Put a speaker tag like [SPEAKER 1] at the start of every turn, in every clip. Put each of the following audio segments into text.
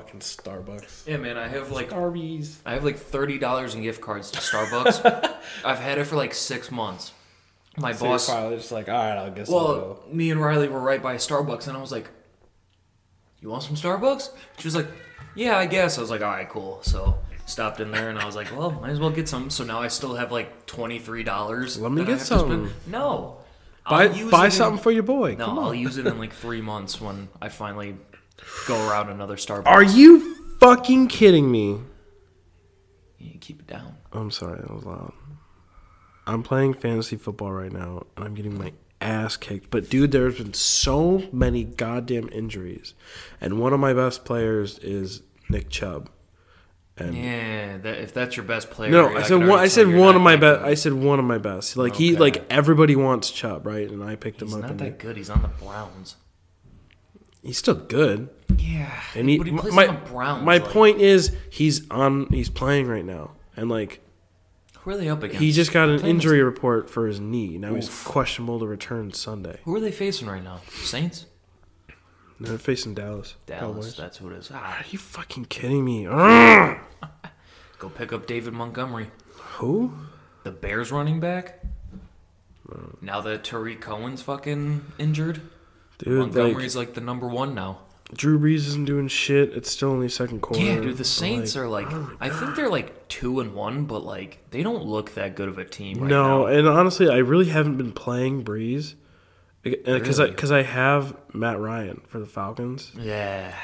[SPEAKER 1] Starbucks.
[SPEAKER 2] Yeah, man, I have like
[SPEAKER 1] Arby's.
[SPEAKER 2] I have like thirty dollars in gift cards to Starbucks. I've had it for like six months. My
[SPEAKER 1] So
[SPEAKER 2] boss,
[SPEAKER 1] you're finally just like, all right, I guess I'll
[SPEAKER 2] well,
[SPEAKER 1] go.
[SPEAKER 2] me and Riley were right by Starbucks, and I was like, "You want some Starbucks?" She was like, "Yeah, I guess." I was like, "All right, cool." So stopped in there, and I was like, "Well, might as well get some." So now I still have like twenty three dollars.
[SPEAKER 3] Let me get some.
[SPEAKER 2] No,
[SPEAKER 3] Buy,
[SPEAKER 2] I'll use
[SPEAKER 3] buy
[SPEAKER 2] it in-
[SPEAKER 3] something for your boy.
[SPEAKER 2] No,
[SPEAKER 3] Come
[SPEAKER 2] I'll
[SPEAKER 3] on.
[SPEAKER 2] use it in like three months when I finally go around another Starbucks.
[SPEAKER 3] Are you fucking kidding me?
[SPEAKER 2] You keep it down.
[SPEAKER 3] I'm sorry, that was loud. I'm playing fantasy football right now, and I'm getting my ass kicked. But dude, there's been so many goddamn injuries, and one of my best players is Nick Chubb. And
[SPEAKER 2] Yeah, that, if that's your best player.
[SPEAKER 3] no,
[SPEAKER 2] yeah,
[SPEAKER 3] I
[SPEAKER 2] can
[SPEAKER 3] said one.
[SPEAKER 2] already
[SPEAKER 3] I
[SPEAKER 2] tell
[SPEAKER 3] said
[SPEAKER 2] you're
[SPEAKER 3] one
[SPEAKER 2] not
[SPEAKER 3] of my
[SPEAKER 2] that
[SPEAKER 3] best.
[SPEAKER 2] good.
[SPEAKER 3] I said one of my best. Like he,
[SPEAKER 2] Okay.
[SPEAKER 3] like everybody wants Chubb, right? And I picked him
[SPEAKER 2] He's
[SPEAKER 3] up.
[SPEAKER 2] not
[SPEAKER 3] and
[SPEAKER 2] that good. He's on the Browns.
[SPEAKER 3] He's still good.
[SPEAKER 2] Yeah,
[SPEAKER 3] And he,
[SPEAKER 2] but he plays
[SPEAKER 3] my,
[SPEAKER 2] on the Browns.
[SPEAKER 3] my
[SPEAKER 2] like,
[SPEAKER 3] point is, he's on. He's playing right now, and like
[SPEAKER 2] Who are they up against?
[SPEAKER 3] He just got an
[SPEAKER 2] Playing
[SPEAKER 3] injury report for his knee. Now he's questionable to return Sunday.
[SPEAKER 2] Who are they facing right now? Saints.
[SPEAKER 3] And they're facing Dallas.
[SPEAKER 2] Dallas.
[SPEAKER 3] Cowboys.
[SPEAKER 2] That's who it is.
[SPEAKER 3] Are
[SPEAKER 2] Ah,
[SPEAKER 3] you fucking kidding me? Ugh.
[SPEAKER 2] go pick up David Montgomery,
[SPEAKER 3] Who?
[SPEAKER 2] the Bears running back. Now that Tariq Cohen's fucking injured,
[SPEAKER 3] Dude, like,
[SPEAKER 2] Montgomery's like the number one now.
[SPEAKER 3] Drew Brees isn't doing shit. It's still only second quarter.
[SPEAKER 2] Yeah, dude, the
[SPEAKER 3] But,
[SPEAKER 2] Saints
[SPEAKER 3] like,
[SPEAKER 2] are like I think they're like two and one, but like they don't look that good of a team right
[SPEAKER 3] no,
[SPEAKER 2] now.
[SPEAKER 3] and honestly, I really haven't been playing Brees because I
[SPEAKER 2] Really?
[SPEAKER 3] because I have Matt Ryan for the Falcons.
[SPEAKER 2] Yeah,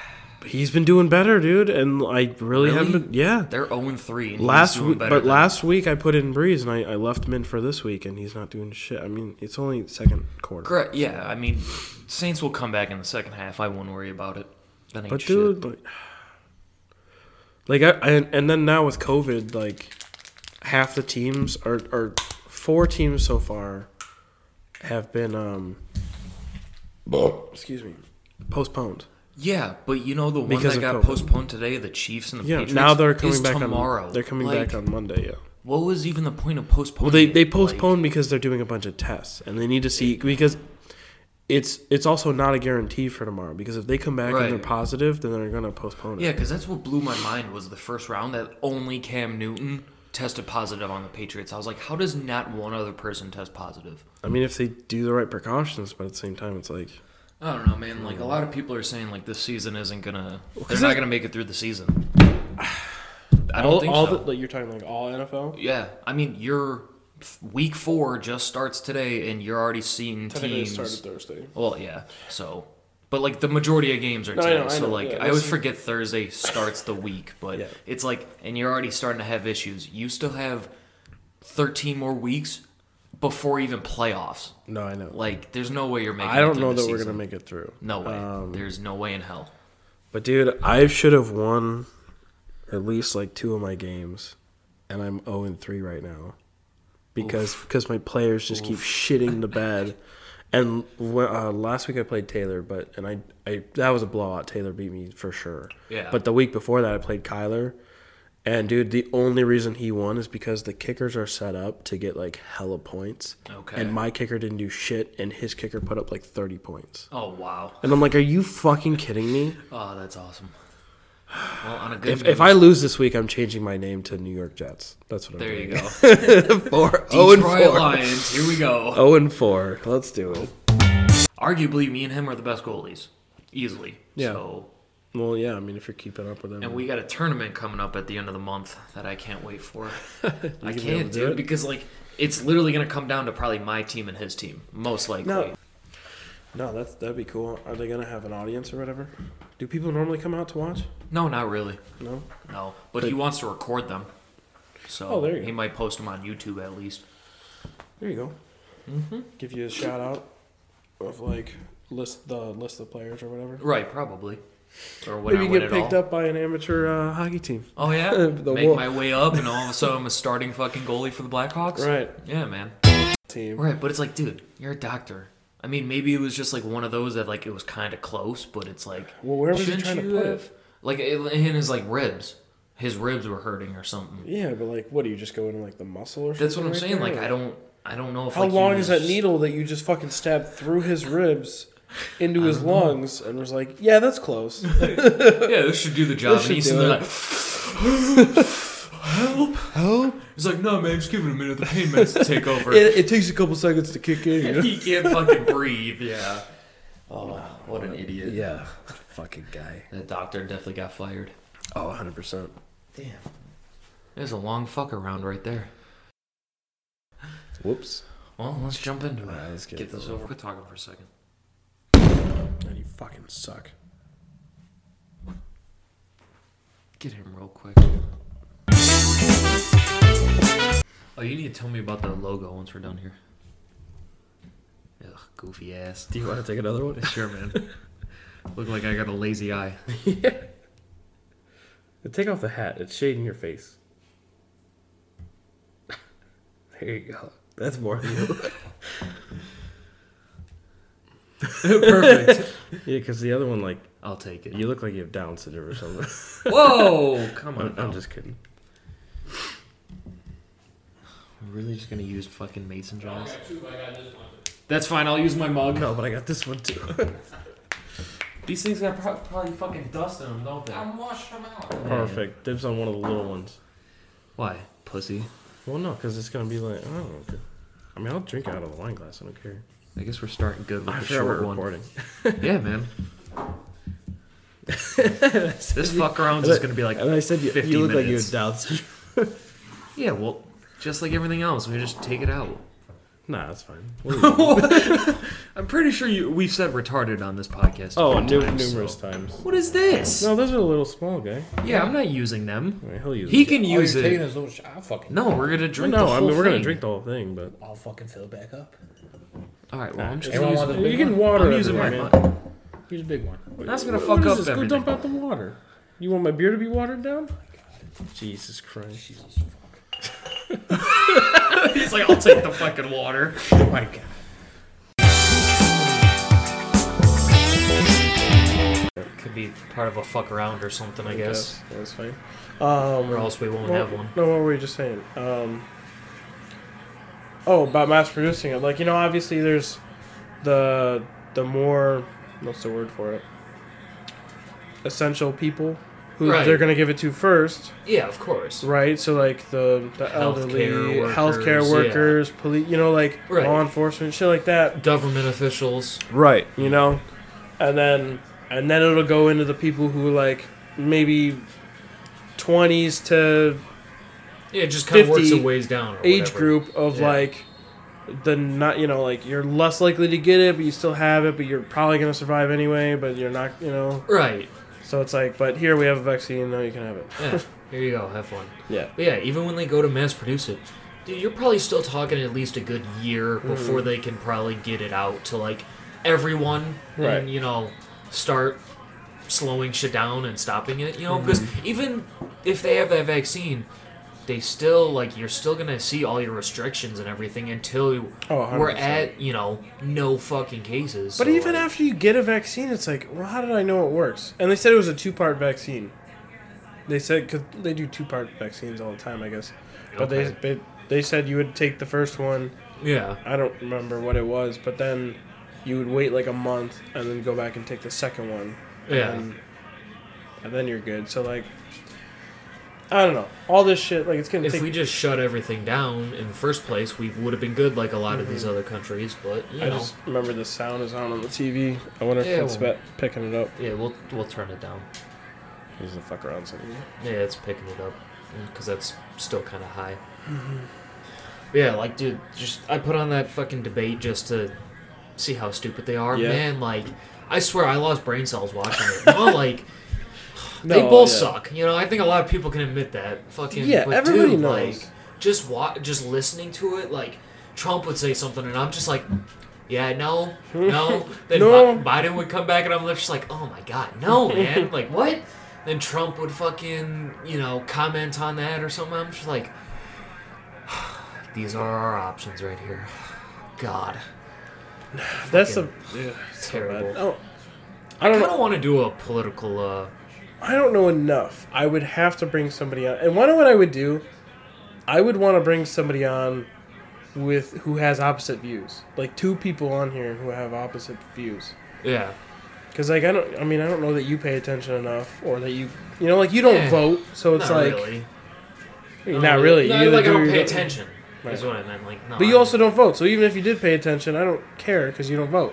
[SPEAKER 3] But he's been doing better, dude, and I really,
[SPEAKER 2] Really?
[SPEAKER 3] haven't. Been, yeah,
[SPEAKER 2] they're zero and three. and he's
[SPEAKER 3] last
[SPEAKER 2] doing
[SPEAKER 3] week,
[SPEAKER 2] better
[SPEAKER 3] but
[SPEAKER 2] than-
[SPEAKER 3] last week I put in Breeze and I, I left him in for this week and he's not doing shit. I mean, it's only second quarter.
[SPEAKER 2] Correct. Yeah, I mean, Saints will come back in the second half. I won't worry about it. That ain't
[SPEAKER 3] but
[SPEAKER 2] shit.
[SPEAKER 3] dude, like, like I, I and then now with COVID, like half the teams are are four teams so far have been um excuse me postponed.
[SPEAKER 2] yeah, but you know the one
[SPEAKER 3] Because
[SPEAKER 2] that
[SPEAKER 3] of
[SPEAKER 2] got
[SPEAKER 3] COVID.
[SPEAKER 2] postponed today, the Chiefs and the
[SPEAKER 3] Yeah,
[SPEAKER 2] Patriots.
[SPEAKER 3] now they're
[SPEAKER 2] is
[SPEAKER 3] coming back
[SPEAKER 2] tomorrow.
[SPEAKER 3] on. They're coming
[SPEAKER 2] Like,
[SPEAKER 3] back on Monday. Yeah.
[SPEAKER 2] What was even the point of postponing?
[SPEAKER 3] Well, they
[SPEAKER 2] it?
[SPEAKER 3] they
[SPEAKER 2] Like,
[SPEAKER 3] postponed because they're doing a bunch of tests and they need to see because it's it's also not a guarantee for tomorrow because if they come back
[SPEAKER 2] Right.
[SPEAKER 3] and they're positive, then they're gonna postpone it.
[SPEAKER 2] yeah, because that's what blew my mind was the first round that only Cam Newton tested positive on the Patriots. I was like, how does not one other person test positive?
[SPEAKER 3] I mean, if they do the right precautions, but at the same time, it's like
[SPEAKER 2] I don't know, man. Like a lot of people are saying, like this season isn't gonna. They're
[SPEAKER 3] 'cause
[SPEAKER 2] not
[SPEAKER 3] I-
[SPEAKER 2] gonna make it through the season. I don't
[SPEAKER 3] all,
[SPEAKER 2] think
[SPEAKER 3] all
[SPEAKER 2] so.
[SPEAKER 3] the, like you're talking like all NFL.
[SPEAKER 2] Yeah, I mean, your week four just starts today, and you're already seeing
[SPEAKER 3] Technically, it
[SPEAKER 2] teams.
[SPEAKER 3] started Thursday.
[SPEAKER 2] well, yeah. So, but like the majority of games are
[SPEAKER 3] No, I
[SPEAKER 2] today.
[SPEAKER 3] know, I
[SPEAKER 2] so
[SPEAKER 3] know,
[SPEAKER 2] like,
[SPEAKER 3] yeah,
[SPEAKER 2] I always
[SPEAKER 3] that's-
[SPEAKER 2] forget Thursday starts the week, but
[SPEAKER 3] Yeah.
[SPEAKER 2] it's like, and you're already starting to have issues. You still have 13 more weeks before even playoffs.
[SPEAKER 3] No, I know.
[SPEAKER 2] Like, there's no way you're making.
[SPEAKER 3] I
[SPEAKER 2] it
[SPEAKER 3] don't
[SPEAKER 2] through
[SPEAKER 3] know
[SPEAKER 2] the
[SPEAKER 3] that we're
[SPEAKER 2] season.
[SPEAKER 3] gonna make it through.
[SPEAKER 2] No way.
[SPEAKER 3] Um,
[SPEAKER 2] there's no way in hell.
[SPEAKER 3] but dude, I should have won at least like two of my games, and I'm zero and three right now because because my players just keep shitting the bed. And wh- uh, last week I played Taylor, but and I, I that was a blowout. Taylor beat me for sure.
[SPEAKER 2] Yeah.
[SPEAKER 3] But the week before that I played Kyler, and dude, the only reason he won is because the kickers are set up to get like hella points.
[SPEAKER 2] Okay.
[SPEAKER 3] And my kicker didn't do shit, and his kicker put up like thirty points.
[SPEAKER 2] Oh wow.
[SPEAKER 3] And I'm like, are you fucking kidding me?
[SPEAKER 2] Oh, that's awesome. Well, on a good.
[SPEAKER 3] If,
[SPEAKER 2] note,
[SPEAKER 3] if I lose this week, I'm changing my name to New York Jets. That's what I'm
[SPEAKER 2] there you
[SPEAKER 3] doing.
[SPEAKER 2] go.
[SPEAKER 3] Four, oh and
[SPEAKER 2] Detroit
[SPEAKER 3] four.
[SPEAKER 2] Lions. Here we go.
[SPEAKER 3] Oh and four. Let's do it.
[SPEAKER 2] arguably me and him are the best goalies easily
[SPEAKER 3] Yeah.
[SPEAKER 2] so
[SPEAKER 3] Well, yeah. I mean, if you're keeping up with them,
[SPEAKER 2] and we got a tournament coming up at the end of the month that i can't wait for i
[SPEAKER 3] be able
[SPEAKER 2] can't
[SPEAKER 3] to do
[SPEAKER 2] dude
[SPEAKER 3] it?
[SPEAKER 2] because like it's literally gonna come down to probably my team and his team most likely
[SPEAKER 3] No. no, that's that'd be cool. Are they gonna have an audience or whatever? Do people normally come out to watch?
[SPEAKER 2] no not really
[SPEAKER 3] No.
[SPEAKER 2] no but he wants to record them so
[SPEAKER 3] Oh, there you
[SPEAKER 2] he
[SPEAKER 3] go.
[SPEAKER 2] might post them on youtube at least
[SPEAKER 3] There you go.
[SPEAKER 2] Mm-hmm.
[SPEAKER 3] Give you a shout out of like list the list of players or whatever.
[SPEAKER 2] right probably or when
[SPEAKER 3] Maybe
[SPEAKER 2] I
[SPEAKER 3] you
[SPEAKER 2] win
[SPEAKER 3] get
[SPEAKER 2] it
[SPEAKER 3] picked
[SPEAKER 2] all.
[SPEAKER 3] up by an amateur uh, hockey team.
[SPEAKER 2] Oh yeah,
[SPEAKER 3] The
[SPEAKER 2] make
[SPEAKER 3] wall.
[SPEAKER 2] my way up, and all of a sudden I'm a starting fucking goalie for the Blackhawks.
[SPEAKER 3] Right.
[SPEAKER 2] Yeah, man.
[SPEAKER 3] Team.
[SPEAKER 2] Right, but it's like, dude, you're a doctor. I mean, maybe it was just like one of those that like it was kind of close, but it's like,
[SPEAKER 3] Well, where was he
[SPEAKER 2] shouldn't
[SPEAKER 3] trying to
[SPEAKER 2] you
[SPEAKER 3] put it?
[SPEAKER 2] Like it- in his like ribs, his ribs were hurting or something.
[SPEAKER 3] Yeah, but like, what do you just go into like the muscle or?
[SPEAKER 2] That's what
[SPEAKER 3] something
[SPEAKER 2] I'm
[SPEAKER 3] right
[SPEAKER 2] saying.
[SPEAKER 3] there?
[SPEAKER 2] Like I don't, I don't know if
[SPEAKER 3] How
[SPEAKER 2] like, he
[SPEAKER 3] long is that
[SPEAKER 2] was-
[SPEAKER 3] needle that you just fucking stabbed through his ribs? into his lungs and was like, "Yeah, that's close."
[SPEAKER 2] Yeah, this should do the job.
[SPEAKER 3] This
[SPEAKER 2] And
[SPEAKER 3] should
[SPEAKER 2] he's in
[SPEAKER 3] do
[SPEAKER 2] there
[SPEAKER 3] it.
[SPEAKER 2] like, help, help. He's like, no, man, just give it a minute. The pain meds to take over.
[SPEAKER 3] it, it takes a couple seconds to kick in. you know?
[SPEAKER 2] he can't fucking breathe. Yeah. Oh, what an idiot.
[SPEAKER 3] yeah, fucking guy.
[SPEAKER 2] The doctor definitely got fired.
[SPEAKER 3] Oh, 100 percent.
[SPEAKER 2] Damn. There's a long fuck around right there.
[SPEAKER 3] Whoops.
[SPEAKER 2] Well, let's jump into it.
[SPEAKER 3] Alright, let's get
[SPEAKER 2] get
[SPEAKER 3] it
[SPEAKER 2] this over. Quit talking for a second.
[SPEAKER 3] And you fucking suck.
[SPEAKER 2] Get him real quick. Oh, you need to tell me about the logo once we're done here. Ugh, goofy ass.
[SPEAKER 3] Do you want to take another one?
[SPEAKER 2] Sure, man. Look like I got a lazy eye.
[SPEAKER 3] Take off the hat. It's shading your face. there you go. That's more you.
[SPEAKER 2] Perfect.
[SPEAKER 3] yeah, because the other one, like,
[SPEAKER 2] I'll take it.
[SPEAKER 3] you look like you have Down syndrome or something.
[SPEAKER 2] Whoa! Come on.
[SPEAKER 3] I'm, I'm
[SPEAKER 2] now.
[SPEAKER 3] just kidding.
[SPEAKER 2] We're really just gonna use fucking mason jars. That's fine. I'll use my mug.
[SPEAKER 3] No, but I got this one too.
[SPEAKER 2] These things got pro- probably fucking dust in them, don't they?
[SPEAKER 4] I'm washed them out.
[SPEAKER 3] Perfect. Dibs on one of the little ones.
[SPEAKER 2] Why, pussy?
[SPEAKER 3] Well, no, because it's gonna be like, I don't know. dude. I mean, I'll drink out of the wine glass. I don't care.
[SPEAKER 2] I guess we're starting good with
[SPEAKER 3] I
[SPEAKER 2] the
[SPEAKER 3] forgot we're
[SPEAKER 2] short one.
[SPEAKER 3] recording.
[SPEAKER 2] Yeah, man. this fuck around is gonna be like.
[SPEAKER 3] and I said you,
[SPEAKER 2] 50
[SPEAKER 3] you look like you
[SPEAKER 2] minutes.
[SPEAKER 3] have Down syndrome.
[SPEAKER 2] Yeah, well, just like everything else, we just take it out.
[SPEAKER 3] Nah, that's fine. What are you doing?
[SPEAKER 2] I'm pretty sure you. We've said retarded on this podcast. a
[SPEAKER 3] oh,
[SPEAKER 2] few
[SPEAKER 3] nu-
[SPEAKER 2] times, so-
[SPEAKER 3] numerous times.
[SPEAKER 2] What is this?
[SPEAKER 3] No, those are a little small, guy.
[SPEAKER 2] Yeah, I'm not using them.
[SPEAKER 3] I mean, he'll use
[SPEAKER 2] He
[SPEAKER 3] Oh, it.
[SPEAKER 2] can
[SPEAKER 4] All
[SPEAKER 2] use
[SPEAKER 4] you're taking
[SPEAKER 2] it.
[SPEAKER 4] is those. I'll fucking.
[SPEAKER 2] No, we're gonna drink.
[SPEAKER 3] No,
[SPEAKER 2] the
[SPEAKER 3] I
[SPEAKER 2] whole
[SPEAKER 3] mean we're gonna
[SPEAKER 2] thing.
[SPEAKER 3] drink the whole thing, but
[SPEAKER 4] I'll fucking fill it back up.
[SPEAKER 2] All right, well, I'm just.
[SPEAKER 4] It's Everyone
[SPEAKER 3] Use-
[SPEAKER 4] wants a
[SPEAKER 3] you
[SPEAKER 4] big
[SPEAKER 3] can
[SPEAKER 4] one?
[SPEAKER 3] water.
[SPEAKER 2] I'm using my.
[SPEAKER 3] everything, man.
[SPEAKER 2] mi-
[SPEAKER 4] Here's a big one.
[SPEAKER 2] That's gonna
[SPEAKER 3] What
[SPEAKER 2] fuck
[SPEAKER 3] is
[SPEAKER 2] up
[SPEAKER 3] this?
[SPEAKER 2] everything.
[SPEAKER 3] Go dump out the water. You want my beer to be watered down? Jesus Christ.
[SPEAKER 4] Jesus fuck.
[SPEAKER 2] He's like, I'll take the fucking water.
[SPEAKER 4] Oh my god.
[SPEAKER 2] Could be part of a fuck around or something, I guess.
[SPEAKER 3] That's fine.
[SPEAKER 2] Or
[SPEAKER 3] Um,
[SPEAKER 2] else we won't
[SPEAKER 3] well,
[SPEAKER 2] have one.
[SPEAKER 3] No, what were you just saying? Um, oh, about mass producing it. Like, you know, obviously there's the the more what's the word for it? Essential people who
[SPEAKER 2] Right.
[SPEAKER 3] they're gonna give it to first.
[SPEAKER 2] Yeah, of course.
[SPEAKER 3] Right, so like the the elderly,
[SPEAKER 2] Healthcare workers,
[SPEAKER 3] healthcare workers, police, you know, like
[SPEAKER 2] Right.
[SPEAKER 3] law enforcement, shit like that.
[SPEAKER 2] Government officials.
[SPEAKER 3] Right. You know, and then and then it'll go into the people who are like maybe twenties to
[SPEAKER 2] Yeah, it just kind of
[SPEAKER 3] 50
[SPEAKER 2] works a ways down. Or
[SPEAKER 3] age
[SPEAKER 2] whatever.
[SPEAKER 3] group of
[SPEAKER 2] Yeah.
[SPEAKER 3] like the not you know like you're less likely to get it, but you still have it, but you're probably gonna survive anyway. But you're not, you know.
[SPEAKER 2] Right.
[SPEAKER 3] So it's like, but here we have a vaccine. Now you can have it.
[SPEAKER 2] Yeah. Here you go. Have fun.
[SPEAKER 3] Yeah.
[SPEAKER 2] But yeah, even when they go to mass produce it, dude, you're probably still talking at least a good year
[SPEAKER 3] Mm-hmm.
[SPEAKER 2] before they can probably get it out to like everyone
[SPEAKER 3] Right.
[SPEAKER 2] and you know start slowing shit down and stopping it. You
[SPEAKER 3] Mm-hmm.
[SPEAKER 2] know, because even if they have that vaccine. They still like you're still gonna see all your restrictions and everything until
[SPEAKER 3] Oh,
[SPEAKER 2] we're
[SPEAKER 3] 100%.
[SPEAKER 2] at you know no fucking cases.
[SPEAKER 3] But
[SPEAKER 2] so,
[SPEAKER 3] even
[SPEAKER 2] like,
[SPEAKER 3] after you get a vaccine, it's like, well, how did I know it works? And they said it was a two-part vaccine. They said because they do two-part vaccines all the time, I guess. But
[SPEAKER 2] Okay.
[SPEAKER 3] they, they they said you would take the first one.
[SPEAKER 2] yeah
[SPEAKER 3] I don't remember what it was, but then you would wait like a month and then go back and take the second one.
[SPEAKER 2] yeah
[SPEAKER 3] And, and then you're good. So like, I don't know. All this shit, like, it's gonna
[SPEAKER 2] if
[SPEAKER 3] take.
[SPEAKER 2] we just shut everything down in the first place, we would have been good like a lot of these other countries. But you
[SPEAKER 3] Mm-hmm. I
[SPEAKER 2] know,
[SPEAKER 3] just remember the sound is on on the TV. I wonder
[SPEAKER 2] Yeah,
[SPEAKER 3] if it's
[SPEAKER 2] well-
[SPEAKER 3] about picking it up.
[SPEAKER 2] yeah, we'll we'll turn it down.
[SPEAKER 3] He's the fuck around something.
[SPEAKER 2] Yeah, it's picking it up because that's still kind of high.
[SPEAKER 3] Mm-hmm.
[SPEAKER 2] Yeah, like dude, just I put on that fucking debate just to see how stupid they are.
[SPEAKER 3] Yeah.
[SPEAKER 2] Man, like I swear I lost brain cells watching it. No, like they
[SPEAKER 3] No,
[SPEAKER 2] both
[SPEAKER 3] yeah.
[SPEAKER 2] suck. You know, I think a lot of people can admit that. Fucking
[SPEAKER 3] Yeah,
[SPEAKER 2] but
[SPEAKER 3] everybody
[SPEAKER 2] dude,
[SPEAKER 3] knows.
[SPEAKER 2] Like, just wa- just listening to it, like Trump would say something, and I'm just like, yeah, no, no. Then
[SPEAKER 3] No.
[SPEAKER 2] Bi- Biden would come back, and I'm just like, oh my god, no, man, like what? Then Trump would fucking you know comment on that or something. I'm just like, these are our options right here. God,
[SPEAKER 3] That's the
[SPEAKER 2] Fucking
[SPEAKER 3] yeah,
[SPEAKER 2] terrible.
[SPEAKER 3] Oh,
[SPEAKER 2] I
[SPEAKER 3] I don't
[SPEAKER 2] kind of
[SPEAKER 3] know.
[SPEAKER 2] want to do a political. uh
[SPEAKER 3] I don't know enough. I would have to bring somebody on, and one of what I would do, I would want to bring somebody on with who has opposite views, like two people on here who have opposite views,
[SPEAKER 2] Yeah.
[SPEAKER 3] Because like I don't, I mean I don't know that you pay attention enough, or that you, you know, like you don't
[SPEAKER 2] Yeah.
[SPEAKER 3] vote, so it's
[SPEAKER 2] not
[SPEAKER 3] like
[SPEAKER 2] really.
[SPEAKER 3] you're not really.
[SPEAKER 2] No,
[SPEAKER 3] you either
[SPEAKER 2] like I
[SPEAKER 3] do or
[SPEAKER 2] don't
[SPEAKER 3] you
[SPEAKER 2] pay attention. Is
[SPEAKER 3] Right.
[SPEAKER 2] what I meant. Like, no,
[SPEAKER 3] But
[SPEAKER 2] I-
[SPEAKER 3] you also don't vote, so even if you did pay attention, I don't care because you don't vote.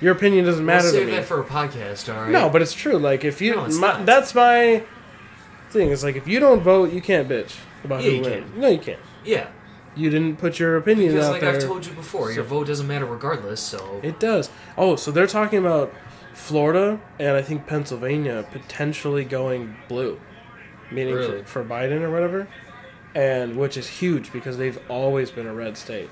[SPEAKER 3] Your opinion doesn't
[SPEAKER 2] We'll
[SPEAKER 3] matter
[SPEAKER 2] save
[SPEAKER 3] to me.
[SPEAKER 2] that for a podcast. All right.
[SPEAKER 3] no, but it's true. Like if you,
[SPEAKER 2] No, it's
[SPEAKER 3] my,
[SPEAKER 2] not.
[SPEAKER 3] that's my thing. Is like if you don't vote, you can't bitch about
[SPEAKER 2] Yeah,
[SPEAKER 3] who
[SPEAKER 2] you
[SPEAKER 3] wins.
[SPEAKER 2] can.
[SPEAKER 3] No, you can't.
[SPEAKER 2] Yeah.
[SPEAKER 3] You didn't put your opinion
[SPEAKER 2] Because
[SPEAKER 3] out
[SPEAKER 2] like
[SPEAKER 3] there.
[SPEAKER 2] I've told you before, your vote doesn't matter regardless. So
[SPEAKER 3] It does. Oh, so they're talking about Florida and I think Pennsylvania potentially going blue, meaning
[SPEAKER 2] Really?
[SPEAKER 3] for, for Biden or whatever, and which is huge because they've always been a red state.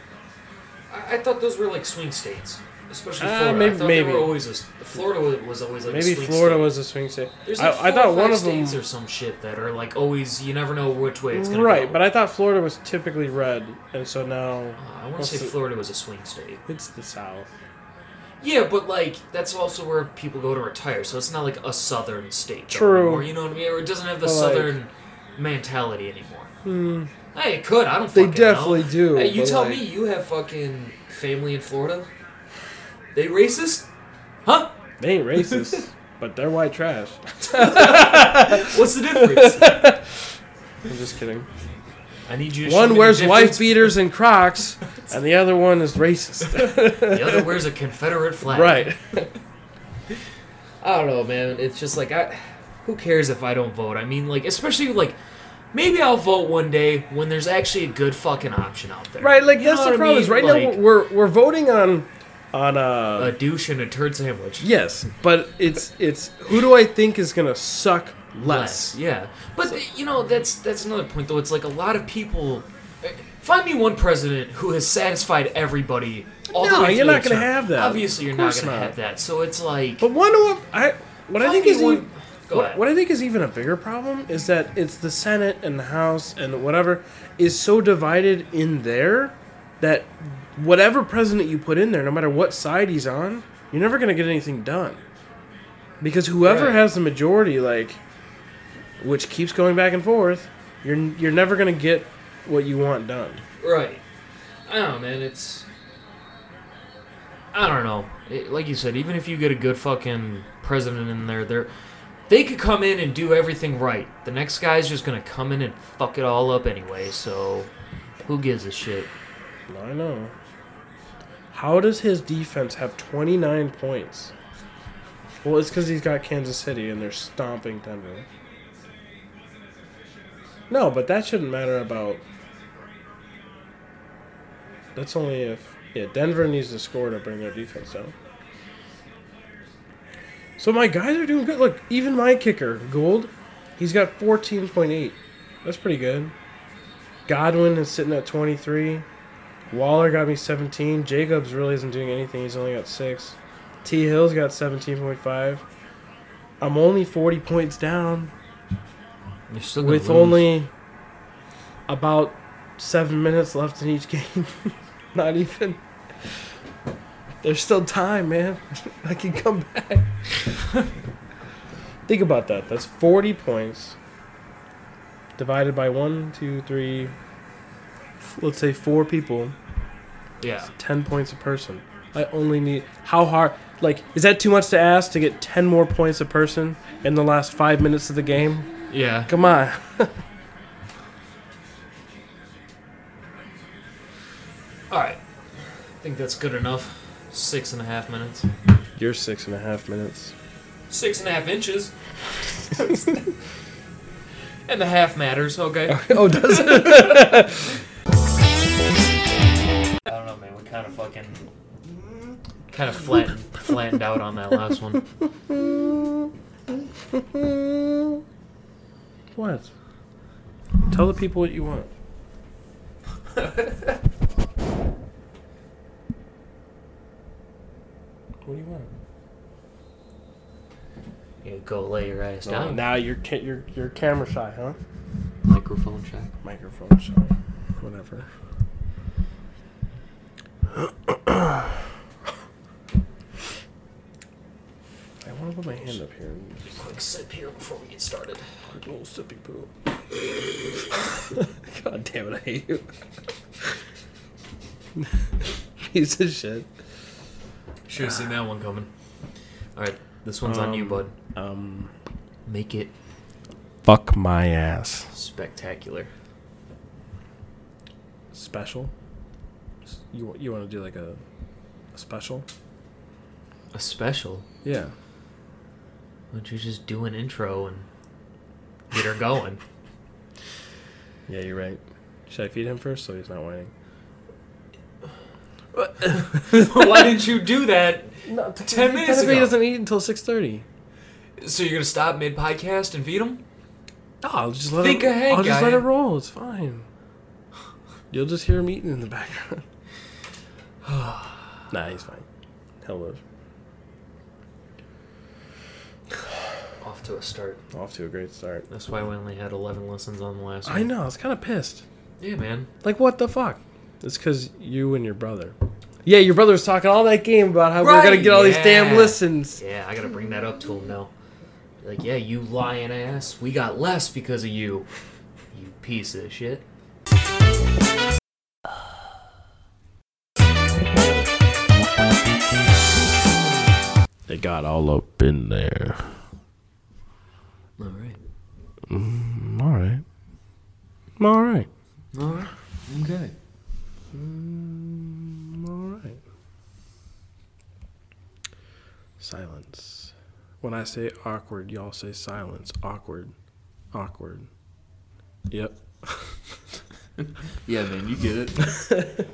[SPEAKER 2] I, I thought those were like swing states, especially
[SPEAKER 3] Uh,
[SPEAKER 2] Florida.
[SPEAKER 3] maybe-
[SPEAKER 2] I thought
[SPEAKER 3] maybe.
[SPEAKER 2] they were always a, Florida was, was always like
[SPEAKER 3] Maybe
[SPEAKER 2] a swing
[SPEAKER 3] Florida
[SPEAKER 2] state.
[SPEAKER 3] was a swing state.
[SPEAKER 2] There's
[SPEAKER 3] I,
[SPEAKER 2] like
[SPEAKER 3] I thought one of them.
[SPEAKER 2] states or some shit that are like always you never know which way it's gonna
[SPEAKER 3] Right,
[SPEAKER 2] go. Uh,
[SPEAKER 3] but I thought Florida was typically red, and so now
[SPEAKER 2] I want to
[SPEAKER 3] What's
[SPEAKER 2] say
[SPEAKER 3] the-
[SPEAKER 2] Florida was a swing state.
[SPEAKER 3] it's the South.
[SPEAKER 2] Yeah, but like that's also where people go to retire, so it's not like a southern state. though,
[SPEAKER 3] True.
[SPEAKER 2] Anymore, you know what I mean? Or it doesn't have the
[SPEAKER 3] But, like- Hmm.
[SPEAKER 2] southern mentality anymore. Hey, it could. I don't.
[SPEAKER 3] They
[SPEAKER 2] fucking
[SPEAKER 3] definitely
[SPEAKER 2] know.
[SPEAKER 3] do,
[SPEAKER 2] Hey, you
[SPEAKER 3] but,
[SPEAKER 2] tell
[SPEAKER 3] like-
[SPEAKER 2] me you have fucking family in Florida? They racist? Huh?
[SPEAKER 3] They ain't racist, but they're white trash.
[SPEAKER 2] What's the difference?
[SPEAKER 3] I'm just kidding.
[SPEAKER 2] I need you. To show me
[SPEAKER 3] One
[SPEAKER 2] the
[SPEAKER 3] wears wife
[SPEAKER 2] difference.
[SPEAKER 3] beaters and Crocs, and the other one is racist.
[SPEAKER 2] The other wears a Confederate flag.
[SPEAKER 3] right.
[SPEAKER 2] I don't know, man. It's just like I who cares if I don't vote? I mean, like especially like maybe I'll vote one day when there's actually a good fucking option out there.
[SPEAKER 3] Right, like
[SPEAKER 2] You
[SPEAKER 3] that's
[SPEAKER 2] know
[SPEAKER 3] the
[SPEAKER 2] what I
[SPEAKER 3] problem. is
[SPEAKER 2] mean?
[SPEAKER 3] right
[SPEAKER 2] Like,
[SPEAKER 3] now we're we're voting on on uh
[SPEAKER 2] a douche and a turd sandwich.
[SPEAKER 3] yes, but it's it's who do I think is gonna suck less?
[SPEAKER 2] Less, yeah. But th- you know, that's that's another point though. It's like a lot of people eh, find me one president who has satisfied everybody all
[SPEAKER 3] No,
[SPEAKER 2] the way
[SPEAKER 3] you're
[SPEAKER 2] through
[SPEAKER 3] not
[SPEAKER 2] the
[SPEAKER 3] gonna
[SPEAKER 2] term.
[SPEAKER 3] have that.
[SPEAKER 2] Obviously you're
[SPEAKER 3] Of
[SPEAKER 2] not
[SPEAKER 3] course
[SPEAKER 2] gonna
[SPEAKER 3] not.
[SPEAKER 2] have that. So it's like
[SPEAKER 3] But one of I what I
[SPEAKER 2] find
[SPEAKER 3] think
[SPEAKER 2] me
[SPEAKER 3] is
[SPEAKER 2] one-
[SPEAKER 3] even,
[SPEAKER 2] go
[SPEAKER 3] what,
[SPEAKER 2] ahead.
[SPEAKER 3] what I think is even a bigger problem is that it's the Senate and the House and whatever is so divided in there that whatever president you put in there, no matter what side he's on, you're never gonna get anything done because whoever
[SPEAKER 2] Right.
[SPEAKER 3] has the majority, like, which keeps going back and forth, you're you're never gonna get what you want done.
[SPEAKER 2] Right. I don't know, man. It's. I don't know. It, like you said, even if you get a good fucking president in there, they're. They could come in and do everything right. The next guy's just gonna come in and fuck it all up anyway. So, who gives a shit?
[SPEAKER 3] I know. How does his defense have 29 points? Well, it's because he's got Kansas City and they're stomping Denver. No, but that shouldn't matter about. That's only if. Yeah, Denver needs to score to bring their defense down. So my guys are doing good. Look, even my kicker, Gould, he's got 14.8. That's pretty good. Godwin is sitting at 23. Waller got me 17. Jacobs really isn't doing anything. He's only got six. T Hill's got 17.5. I'm only 40 points down
[SPEAKER 2] You're still gonna
[SPEAKER 3] with
[SPEAKER 2] lose.
[SPEAKER 3] only about seven minutes left in each game. Not even. There's still time, man. I can come back. Think about that. That's 40 points divided by one, two, three, f- let's say four people.
[SPEAKER 2] Yeah.
[SPEAKER 3] 10 points a person. I only need how hard like is that too much to ask to get 10 more points a person in the last 5 minutes of the game?
[SPEAKER 2] Yeah.
[SPEAKER 3] Come on.
[SPEAKER 2] Alright. I think that's good enough. Six and a half minutes.
[SPEAKER 3] You're six and a half minutes.
[SPEAKER 2] Six and a half inches. and the half matters, okay?
[SPEAKER 3] oh, does it?
[SPEAKER 2] I don't know, man. We kind of fucking, kind of flattened, flattened out on that last one.
[SPEAKER 3] what? Tell the people what you want. what do you want?
[SPEAKER 2] You go lay your ass
[SPEAKER 3] Oh,
[SPEAKER 2] down.
[SPEAKER 3] now you're ca- you're you're camera shy, huh?
[SPEAKER 2] Microphone check.
[SPEAKER 3] microphone so whatever I want to put my hand up here and
[SPEAKER 2] Quick sip here before we get started.
[SPEAKER 3] quick little sippy poo. God damn it, I hate you. Piece of shit.
[SPEAKER 2] Should have seen that one coming. All right, this one's on you, bud.
[SPEAKER 3] Um,
[SPEAKER 2] Make it
[SPEAKER 3] fuck my ass.
[SPEAKER 2] spectacular.
[SPEAKER 3] Special. You you want to do like a, a special?
[SPEAKER 2] A special.
[SPEAKER 3] Yeah.
[SPEAKER 2] Why don't you just do an intro and get her going?
[SPEAKER 3] Yeah, you're right. Should I feed him first so he's not whining?
[SPEAKER 2] Why didn't you do that?
[SPEAKER 3] No,
[SPEAKER 2] 10 minutes
[SPEAKER 3] technically he
[SPEAKER 2] ago.
[SPEAKER 3] doesn't eat until six thirty.
[SPEAKER 2] So you're gonna stop mid podcast and feed him?
[SPEAKER 3] No, I'll just let
[SPEAKER 2] Think
[SPEAKER 3] it.
[SPEAKER 2] ahead,
[SPEAKER 3] I'll just
[SPEAKER 2] guy.
[SPEAKER 3] let it roll. It's fine. You'll just hear him eating in the background. nah, he's fine. Hello.
[SPEAKER 2] Off to a start.
[SPEAKER 3] Off to a great start.
[SPEAKER 2] That's why we only had 11 lessons on the last one.
[SPEAKER 3] I know. I was kind of pissed.
[SPEAKER 2] Yeah, man.
[SPEAKER 3] Like, what the fuck? It's because you and your brother. Yeah, your brother was talking all that game about how we we're
[SPEAKER 2] Right,
[SPEAKER 3] gonna get all these damn
[SPEAKER 2] yeah.
[SPEAKER 3] listens.
[SPEAKER 2] Yeah, I gotta bring that up to him now. Like, yeah, you lying ass. We got less because of you. You piece of shit.
[SPEAKER 3] They got all up in there.
[SPEAKER 2] All right.
[SPEAKER 3] All right. All right.
[SPEAKER 2] All right. Okay.
[SPEAKER 3] All right. Silence. When I say awkward, y'all say silence. Awkward. Awkward. Yep.
[SPEAKER 2] Yeah, man, you get it.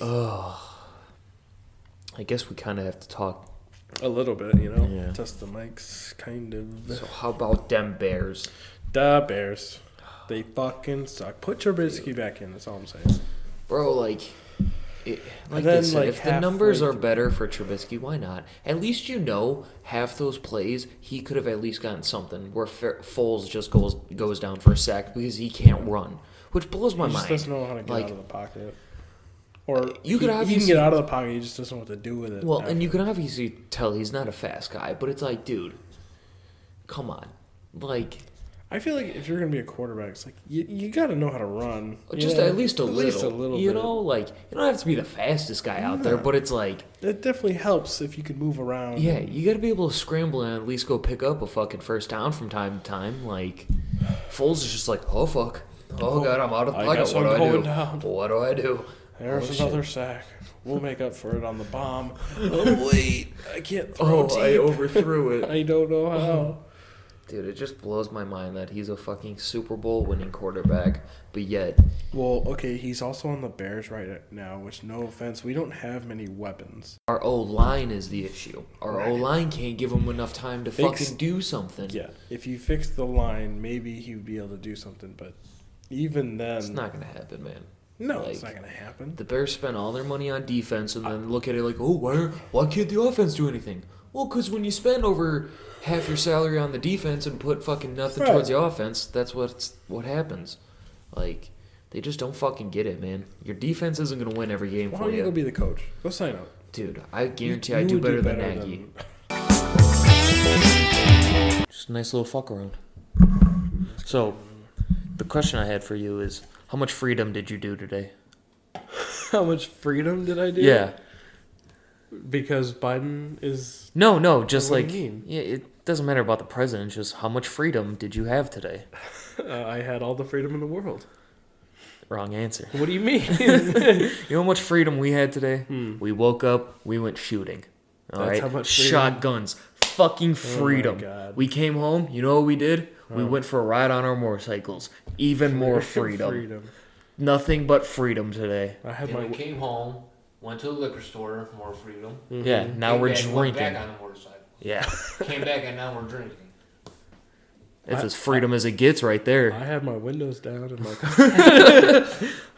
[SPEAKER 2] oh. I guess we kind of have to talk.
[SPEAKER 3] A little bit, you know.
[SPEAKER 2] Yeah.
[SPEAKER 3] Test the mics, kind of.
[SPEAKER 2] So, how about them bears?
[SPEAKER 3] The Bears. They fucking suck. Put Trubisky back in. That's all I'm saying.
[SPEAKER 2] Bro, like, it, like
[SPEAKER 3] then,
[SPEAKER 2] they said,
[SPEAKER 3] like,
[SPEAKER 2] if the numbers
[SPEAKER 3] halfway
[SPEAKER 2] are
[SPEAKER 3] through-
[SPEAKER 2] better for Trubisky, why not? At least you know half those plays he could have at least gotten something. Where Fer- Foles just goes goes down for a sack because he can't run, which blows my
[SPEAKER 3] He just
[SPEAKER 2] mind.
[SPEAKER 3] doesn't know how to get
[SPEAKER 2] like,
[SPEAKER 3] out of the pocket. Or he, he
[SPEAKER 2] You could
[SPEAKER 3] can
[SPEAKER 2] obviously-
[SPEAKER 3] get out of the pocket. He just doesn't know what to do with it.
[SPEAKER 2] well,
[SPEAKER 3] after.
[SPEAKER 2] and you can obviously tell he's not a fast guy, but it's like, dude, come on, like,
[SPEAKER 3] I feel like if you're gonna be a quarterback, it's like you, you got to know how to run.
[SPEAKER 2] just
[SPEAKER 3] Yeah,
[SPEAKER 2] at least a little, you
[SPEAKER 3] bit.
[SPEAKER 2] know, like, you don't have to be the fastest guy out there, but it's like,
[SPEAKER 3] It definitely helps if you could move around.
[SPEAKER 2] Yeah, you got to be able to scramble and at least go pick up a fucking first down from time to time. Like, Foles is just like, oh fuck, oh god, I'm out of
[SPEAKER 3] I
[SPEAKER 2] pocket.
[SPEAKER 3] guess
[SPEAKER 2] What do
[SPEAKER 3] I'm
[SPEAKER 2] I do?
[SPEAKER 3] going down."
[SPEAKER 2] What do I do?
[SPEAKER 3] There's
[SPEAKER 2] Oh, shit.
[SPEAKER 3] another sack. We'll make up for it on the bomb. oh wait, I can't throw
[SPEAKER 2] Oh,
[SPEAKER 3] deep.
[SPEAKER 2] I overthrew
[SPEAKER 3] I,
[SPEAKER 2] it.
[SPEAKER 3] don't know how.
[SPEAKER 2] Dude, it just blows my mind that he's a fucking Super Bowl winning quarterback, but yet,
[SPEAKER 3] Well, okay, he's also on the Bears right now. Which, no offense, we don't have many weapons.
[SPEAKER 2] our O line is the issue. Our
[SPEAKER 3] Right.
[SPEAKER 2] O line can't give him enough time to
[SPEAKER 3] Ex-
[SPEAKER 2] fucking do something.
[SPEAKER 3] Yeah, if you fix the line, maybe he would be able to do something. But even then,
[SPEAKER 2] It's not gonna happen, man.
[SPEAKER 3] no, it's not
[SPEAKER 2] like-
[SPEAKER 3] gonna happen.
[SPEAKER 2] The Bears spent all their money on defense and then look at it like, oh, why, why can't the offense do anything? Well, because when you spend over half your salary on the defense and put fucking nothing
[SPEAKER 3] Right.
[SPEAKER 2] towards the offense, that's what's, what happens. Like, they just don't fucking get it, man. Your defense isn't going to win every game
[SPEAKER 3] Why
[SPEAKER 2] for
[SPEAKER 3] don't
[SPEAKER 2] you.
[SPEAKER 3] you go be the coach? Go sign up.
[SPEAKER 2] Dude, I guarantee I
[SPEAKER 3] You
[SPEAKER 2] do
[SPEAKER 3] would
[SPEAKER 2] better, than Nagy. Just a nice little fuck around. So, the question I had for you is how much freedom did you do today?
[SPEAKER 3] How much freedom did I do?
[SPEAKER 2] Yeah.
[SPEAKER 3] because Biden is
[SPEAKER 2] No, no, just
[SPEAKER 3] What do
[SPEAKER 2] like
[SPEAKER 3] you mean?
[SPEAKER 2] yeah, it doesn't matter about the president. Just how much freedom did you have today?
[SPEAKER 3] Uh, I had all the freedom in the world.
[SPEAKER 2] Wrong answer.
[SPEAKER 3] What do you mean? Hmm.
[SPEAKER 2] You know how much freedom we had today? We woke up, we went shooting. All right,
[SPEAKER 3] That's how much freedom? Oh
[SPEAKER 2] shotguns, fucking freedom.
[SPEAKER 3] God.
[SPEAKER 2] we came home. You know what we did? We went for a ride on our motorcycles. Even more freedom. Nothing but freedom today.
[SPEAKER 3] I had my.
[SPEAKER 5] came home, went to the liquor store, more freedom.
[SPEAKER 3] mm-hmm.
[SPEAKER 2] Yeah. Now
[SPEAKER 5] Came
[SPEAKER 2] we're
[SPEAKER 5] back, went
[SPEAKER 2] drinking.
[SPEAKER 5] Back on the motorcycle.
[SPEAKER 2] Yeah,
[SPEAKER 5] Came back and now we're drinking.
[SPEAKER 2] that's as freedom as it gets, right there.
[SPEAKER 3] I had my windows down and my.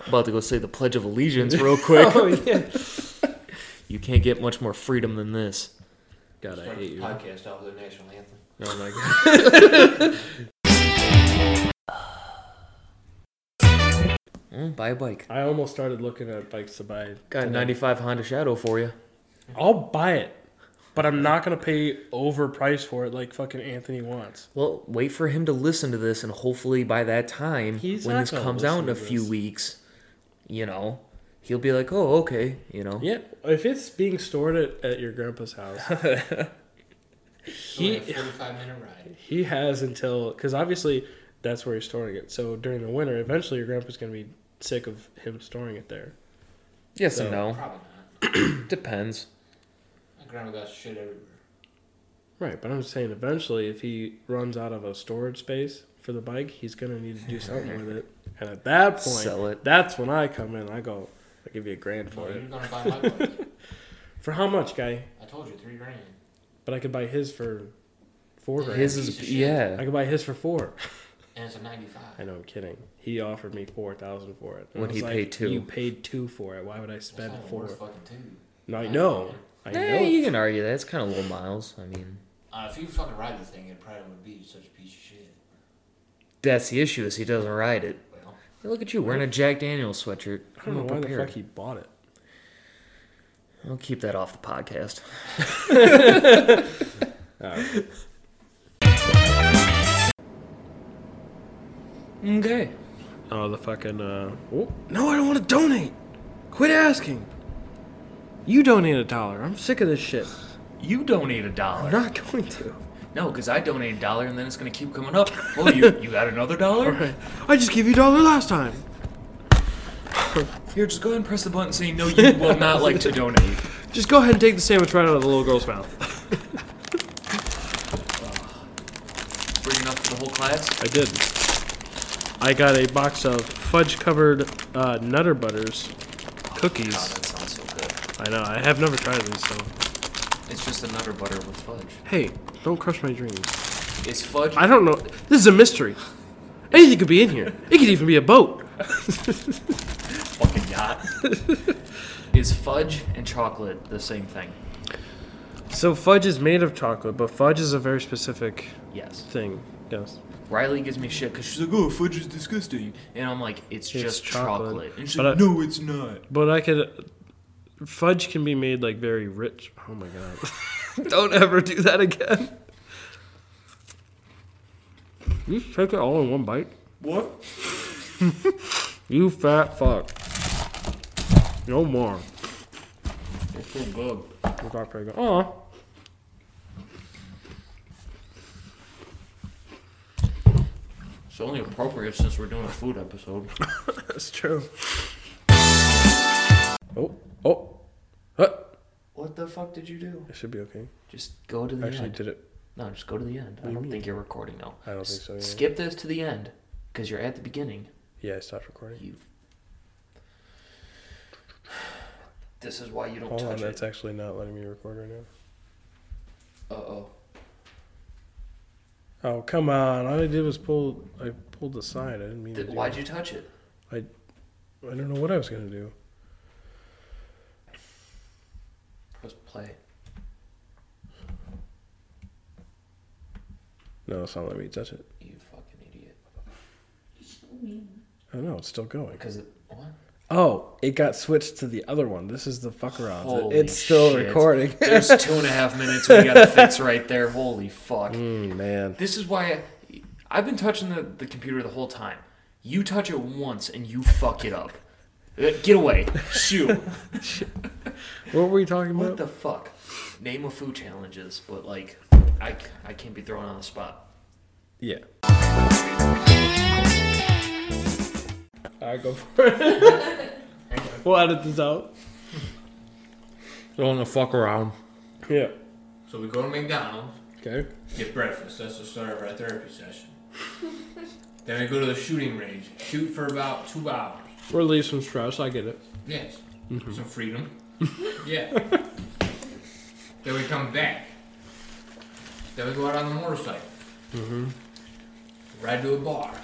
[SPEAKER 2] About to go say the Pledge of Allegiance real quick.
[SPEAKER 3] oh yeah.
[SPEAKER 2] You can't get much more freedom than this.
[SPEAKER 3] God, I
[SPEAKER 5] Start
[SPEAKER 3] hate
[SPEAKER 5] the
[SPEAKER 3] you. Oh
[SPEAKER 5] podcast off with the national anthem.
[SPEAKER 3] my god.
[SPEAKER 2] Mm, buy a bike.
[SPEAKER 3] I almost started looking at bikes to buy.
[SPEAKER 2] Got a 95 Honda Shadow for you.
[SPEAKER 3] I'll buy it, but I'm not gonna pay overpriced for it like fucking Anthony wants.
[SPEAKER 2] Well, wait for him to listen to this, and hopefully by that time,
[SPEAKER 3] He's
[SPEAKER 2] when
[SPEAKER 3] not
[SPEAKER 2] this
[SPEAKER 3] gonna
[SPEAKER 2] comes
[SPEAKER 3] listen
[SPEAKER 2] out in a
[SPEAKER 3] to
[SPEAKER 2] few
[SPEAKER 3] this.
[SPEAKER 2] weeks, you know, he'll be like, "Oh, okay," you know.
[SPEAKER 4] Yeah, if it's being stored at, at your grandpa's house, he
[SPEAKER 5] He, a 45 minute ride.
[SPEAKER 4] he has until because obviously that's where he's storing it. So during the winter, eventually your grandpa's gonna be sick of him storing it there.
[SPEAKER 2] Yes
[SPEAKER 4] So-
[SPEAKER 2] and no.
[SPEAKER 5] Probably not.
[SPEAKER 2] Depends.
[SPEAKER 5] My grandma got shit everywhere.
[SPEAKER 4] Right, but I'm just saying eventually if he runs out of a storage space for the bike, he's gonna need to do something with it. And at that point,
[SPEAKER 2] Sell it.
[SPEAKER 4] that's when I come in. I go, I give you a grand
[SPEAKER 5] No,
[SPEAKER 4] for
[SPEAKER 5] you're
[SPEAKER 4] it.
[SPEAKER 5] gonna buy my bike.
[SPEAKER 4] For how much, guy?
[SPEAKER 5] I told you, three grand.
[SPEAKER 4] But I could buy his for four grand.
[SPEAKER 2] His
[SPEAKER 5] Piece of
[SPEAKER 2] is
[SPEAKER 5] shit.
[SPEAKER 4] I
[SPEAKER 2] yeah.
[SPEAKER 4] could buy his for four.
[SPEAKER 5] And it's a 95.
[SPEAKER 4] I know, I'm kidding. He offered me four thousand for it. And
[SPEAKER 2] When
[SPEAKER 4] I
[SPEAKER 2] he
[SPEAKER 4] was
[SPEAKER 2] paid two.
[SPEAKER 4] you paid two for it. Why would I
[SPEAKER 5] That's
[SPEAKER 4] spend
[SPEAKER 5] not
[SPEAKER 4] four?
[SPEAKER 5] worth fucking two.
[SPEAKER 4] No, I know. I know.
[SPEAKER 2] Eh, you can argue that it's kind of low miles. I mean,
[SPEAKER 5] Uh, if you fucking ride the thing, it probably would be such a piece of shit.
[SPEAKER 2] that's the issue is he doesn't ride it.
[SPEAKER 5] Well,
[SPEAKER 2] Hey, look at you wearing a Jack Daniels sweatshirt.
[SPEAKER 4] I
[SPEAKER 2] I'm
[SPEAKER 4] don't know why the
[SPEAKER 2] prepared.
[SPEAKER 4] fuck he bought it.
[SPEAKER 2] I'll keep that off the podcast. Okay.
[SPEAKER 4] Oh, the fucking. Uh, oh, no, I don't want to donate. Quit asking. You donate a dollar. I'm sick of this shit.
[SPEAKER 2] You donate a dollar.
[SPEAKER 4] I'm not going to.
[SPEAKER 2] No, because I donate a dollar and then it's gonna keep coming up. Oh, you you got another dollar?
[SPEAKER 4] Right. I just gave you a dollar last time.
[SPEAKER 2] Here, just go ahead and press the button saying no, you will not like to donate.
[SPEAKER 4] Just go ahead and take the sandwich right out of the little girl's mouth.
[SPEAKER 2] Bring it up for the whole class.
[SPEAKER 4] I did. I got a box of fudge covered uh, Nutter Butters cookies.
[SPEAKER 2] Oh, that sounds so good.
[SPEAKER 4] I know. I have never tried these, so.
[SPEAKER 2] It's just another butter with fudge.
[SPEAKER 4] Hey, don't crush my dreams.
[SPEAKER 2] It's fudge.
[SPEAKER 4] I don't know. This is a mystery. Anything could be in here. It could even be a boat.
[SPEAKER 2] fucking yacht. is fudge and chocolate the same thing?
[SPEAKER 4] So fudge is made of chocolate, but fudge is a very specific
[SPEAKER 2] Yes.
[SPEAKER 4] thing. Yes.
[SPEAKER 2] Riley gives me shit because she's like, "Oh, fudge is disgusting," and I'm like, "It's, just chocolate."
[SPEAKER 4] chocolate.
[SPEAKER 2] And she's
[SPEAKER 4] But
[SPEAKER 2] like,
[SPEAKER 4] I-
[SPEAKER 2] "No, it's not."
[SPEAKER 4] But I could. Fudge can be made like very rich. Oh my god. Don't ever do that again. You take it all in one bite?
[SPEAKER 2] What?
[SPEAKER 4] You fat fuck. No more.
[SPEAKER 2] It's so good.
[SPEAKER 4] The doctor go, oh.
[SPEAKER 2] It's only appropriate since we're doing a food episode.
[SPEAKER 4] That's true. Oh, oh. Huh.
[SPEAKER 2] What the fuck did you do?
[SPEAKER 4] It should be okay.
[SPEAKER 2] Just go to the
[SPEAKER 4] Actually,
[SPEAKER 2] end.
[SPEAKER 4] did it.
[SPEAKER 2] No, just go to the end. I don't think you're recording now.
[SPEAKER 4] I don't think so, yeah.
[SPEAKER 2] Skip this to the end because you're at the beginning.
[SPEAKER 4] Yeah, I stopped recording.
[SPEAKER 2] You. This is why you don't
[SPEAKER 4] Hold on,
[SPEAKER 2] touch
[SPEAKER 4] that's
[SPEAKER 2] it.
[SPEAKER 4] actually not letting me record right now.
[SPEAKER 2] Uh oh.
[SPEAKER 4] Oh come on! All I did was pull. I pulled the side. I didn't mean to. Do
[SPEAKER 2] Why'd you touch it?
[SPEAKER 4] I don't know what I was gonna do.
[SPEAKER 2] Press play.
[SPEAKER 4] No, it's not letting me touch it.
[SPEAKER 2] You fucking idiot.
[SPEAKER 4] I don't know. It's still going.
[SPEAKER 2] Because it, what?
[SPEAKER 4] Oh, it got switched to the other one. This is the fuck around.
[SPEAKER 2] Holy
[SPEAKER 4] it's still
[SPEAKER 2] shit.
[SPEAKER 4] recording.
[SPEAKER 2] There's two and a half minutes we gotta fix right there. Holy fuck.
[SPEAKER 4] Mm, man.
[SPEAKER 2] This is why I, I've been touching the, the computer the whole time. You touch it once and you fuck it up. Uh, Get away. Shoot.
[SPEAKER 4] What were we talking
[SPEAKER 2] what
[SPEAKER 4] about?
[SPEAKER 2] the fuck? Name of food challenges, but like, I, I can't be thrown on the spot.
[SPEAKER 4] yeah. Alright, go for it. we'll edit this out.
[SPEAKER 6] Don't wanna fuck around.
[SPEAKER 4] Yeah.
[SPEAKER 5] So we go to McDonald's,
[SPEAKER 4] Okay.
[SPEAKER 5] get breakfast. That's the start of our therapy session. then we go to the shooting range, shoot for about two hours.
[SPEAKER 4] Release some stress. I get it.
[SPEAKER 5] Yes. Some freedom. yeah. Then we come back. Then we go out on the motorcycle. Mm-hmm. Ride to a bar.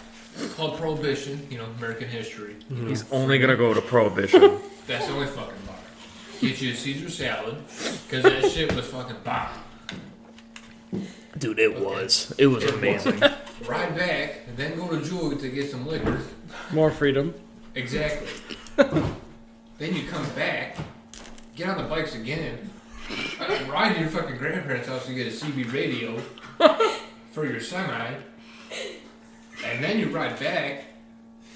[SPEAKER 5] Called Prohibition, you know, American history.
[SPEAKER 6] He's only gonna go to prohibition.
[SPEAKER 5] That's the only fucking bar. Get you a Caesar salad, because that shit was fucking bomb.
[SPEAKER 2] Dude, it was. It was amazing.
[SPEAKER 5] Ride back, and then go to Jewel to get some liquor.
[SPEAKER 4] More freedom.
[SPEAKER 5] Exactly. then you come back, get on the bikes again, fucking ride to your fucking grandparents' house to get a CB radio for your semi, and then you ride back,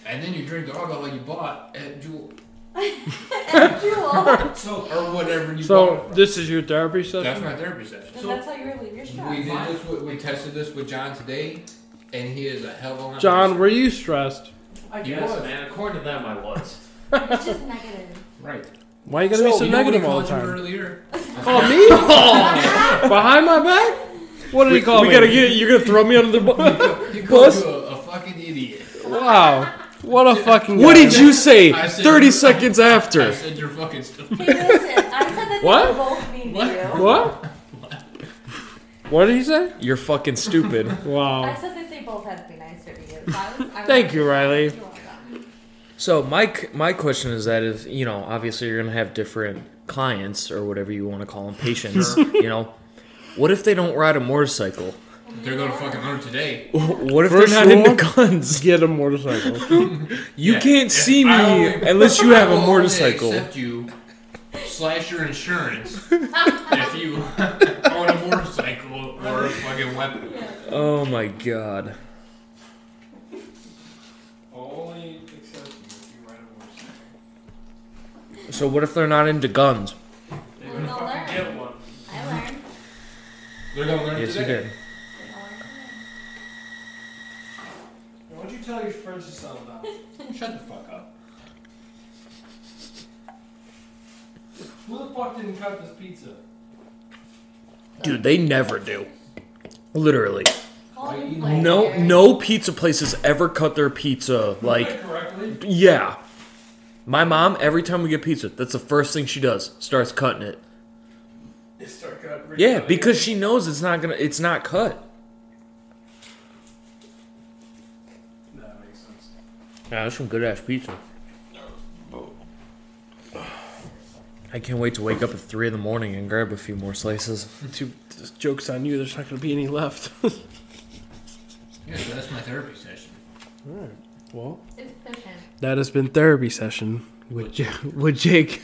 [SPEAKER 5] and then you drink the alcohol you bought at Jewel.
[SPEAKER 7] and Jewel. and
[SPEAKER 5] So or whatever you
[SPEAKER 4] So
[SPEAKER 5] bought it from.
[SPEAKER 4] this is your therapy
[SPEAKER 5] that's
[SPEAKER 4] session.
[SPEAKER 5] my therapy session.
[SPEAKER 7] that's how you relieve your stress.
[SPEAKER 5] We did this. With, we tested this with John today, and he is a hell of a lot
[SPEAKER 4] John, were you stressed?
[SPEAKER 2] I
[SPEAKER 5] You
[SPEAKER 2] guess,
[SPEAKER 5] was.
[SPEAKER 2] man. According to them, I was.
[SPEAKER 7] It's just negative.
[SPEAKER 5] right.
[SPEAKER 3] Why you gotta be so
[SPEAKER 5] You know what he
[SPEAKER 3] negative all the
[SPEAKER 5] called you
[SPEAKER 3] time?
[SPEAKER 5] Earlier,
[SPEAKER 4] Oh me? Behind my back? What did he call
[SPEAKER 3] we
[SPEAKER 4] me?
[SPEAKER 3] gotta get. You're gonna throw me under the bus.
[SPEAKER 5] he called
[SPEAKER 3] Plus-
[SPEAKER 5] you a, a fucking idiot.
[SPEAKER 4] Wow. What a fucking.
[SPEAKER 3] what did you say?
[SPEAKER 5] I said-
[SPEAKER 3] Thirty seconds
[SPEAKER 5] I
[SPEAKER 3] after.
[SPEAKER 5] said you're fucking stupid.
[SPEAKER 7] Hey, listen, I said that
[SPEAKER 4] What?
[SPEAKER 7] they were both mean
[SPEAKER 5] What?
[SPEAKER 7] to you.
[SPEAKER 4] What? What did he say?
[SPEAKER 1] You're fucking stupid.
[SPEAKER 7] I
[SPEAKER 4] Wow.
[SPEAKER 7] said that they both had to be nice to you. So I was, I was
[SPEAKER 4] Thank you, Riley.
[SPEAKER 7] You want that.
[SPEAKER 2] So my c- my question is that if you know, obviously you're gonna have different clients or whatever you want to call them, patients. you know, what if they don't ride a motorcycle?
[SPEAKER 5] They're gonna fucking learn today.
[SPEAKER 2] What if
[SPEAKER 4] First
[SPEAKER 2] they're not
[SPEAKER 4] rule-
[SPEAKER 2] into guns?
[SPEAKER 4] Get a motorcycle.
[SPEAKER 2] You
[SPEAKER 5] Yeah.
[SPEAKER 2] can't
[SPEAKER 5] Yeah.
[SPEAKER 2] see me
[SPEAKER 5] I only-
[SPEAKER 2] unless you have
[SPEAKER 5] I
[SPEAKER 2] a
[SPEAKER 5] will only
[SPEAKER 2] motorcycle.
[SPEAKER 5] Accept you slash your insurance if you own a motorcycle or a fucking weapon.
[SPEAKER 2] Oh my god.
[SPEAKER 5] Only accept you if you ride a motorcycle.
[SPEAKER 2] So what if they're not into guns?
[SPEAKER 7] Well, they'll learn. I learned.
[SPEAKER 5] They're gonna learn
[SPEAKER 2] Yes, you
[SPEAKER 5] today.
[SPEAKER 2] did.
[SPEAKER 8] Why don't you tell your friends to sell about it?
[SPEAKER 5] Shut the fuck up.
[SPEAKER 8] Who the fuck didn't cut this pizza?
[SPEAKER 2] Dude, they never do. Literally.
[SPEAKER 7] Call your play
[SPEAKER 2] No
[SPEAKER 7] here.
[SPEAKER 2] no pizza places ever cut their pizza like
[SPEAKER 8] Correctly?
[SPEAKER 2] yeah. My mom, every time we get pizza, that's the first thing she does. Starts cutting it.
[SPEAKER 8] They start cutting.
[SPEAKER 2] Yeah, because she knows it's not gonna it's not cut.
[SPEAKER 8] That makes sense.
[SPEAKER 2] Yeah, that's some good ass pizza. I can't wait to wake up at three in the morning and grab a few more slices.
[SPEAKER 3] Two jokes on you. There's not gonna be any left.
[SPEAKER 5] Yeah, so that's my therapy session.
[SPEAKER 3] well,
[SPEAKER 7] It's efficient.
[SPEAKER 3] that has been therapy session with J- with Jake.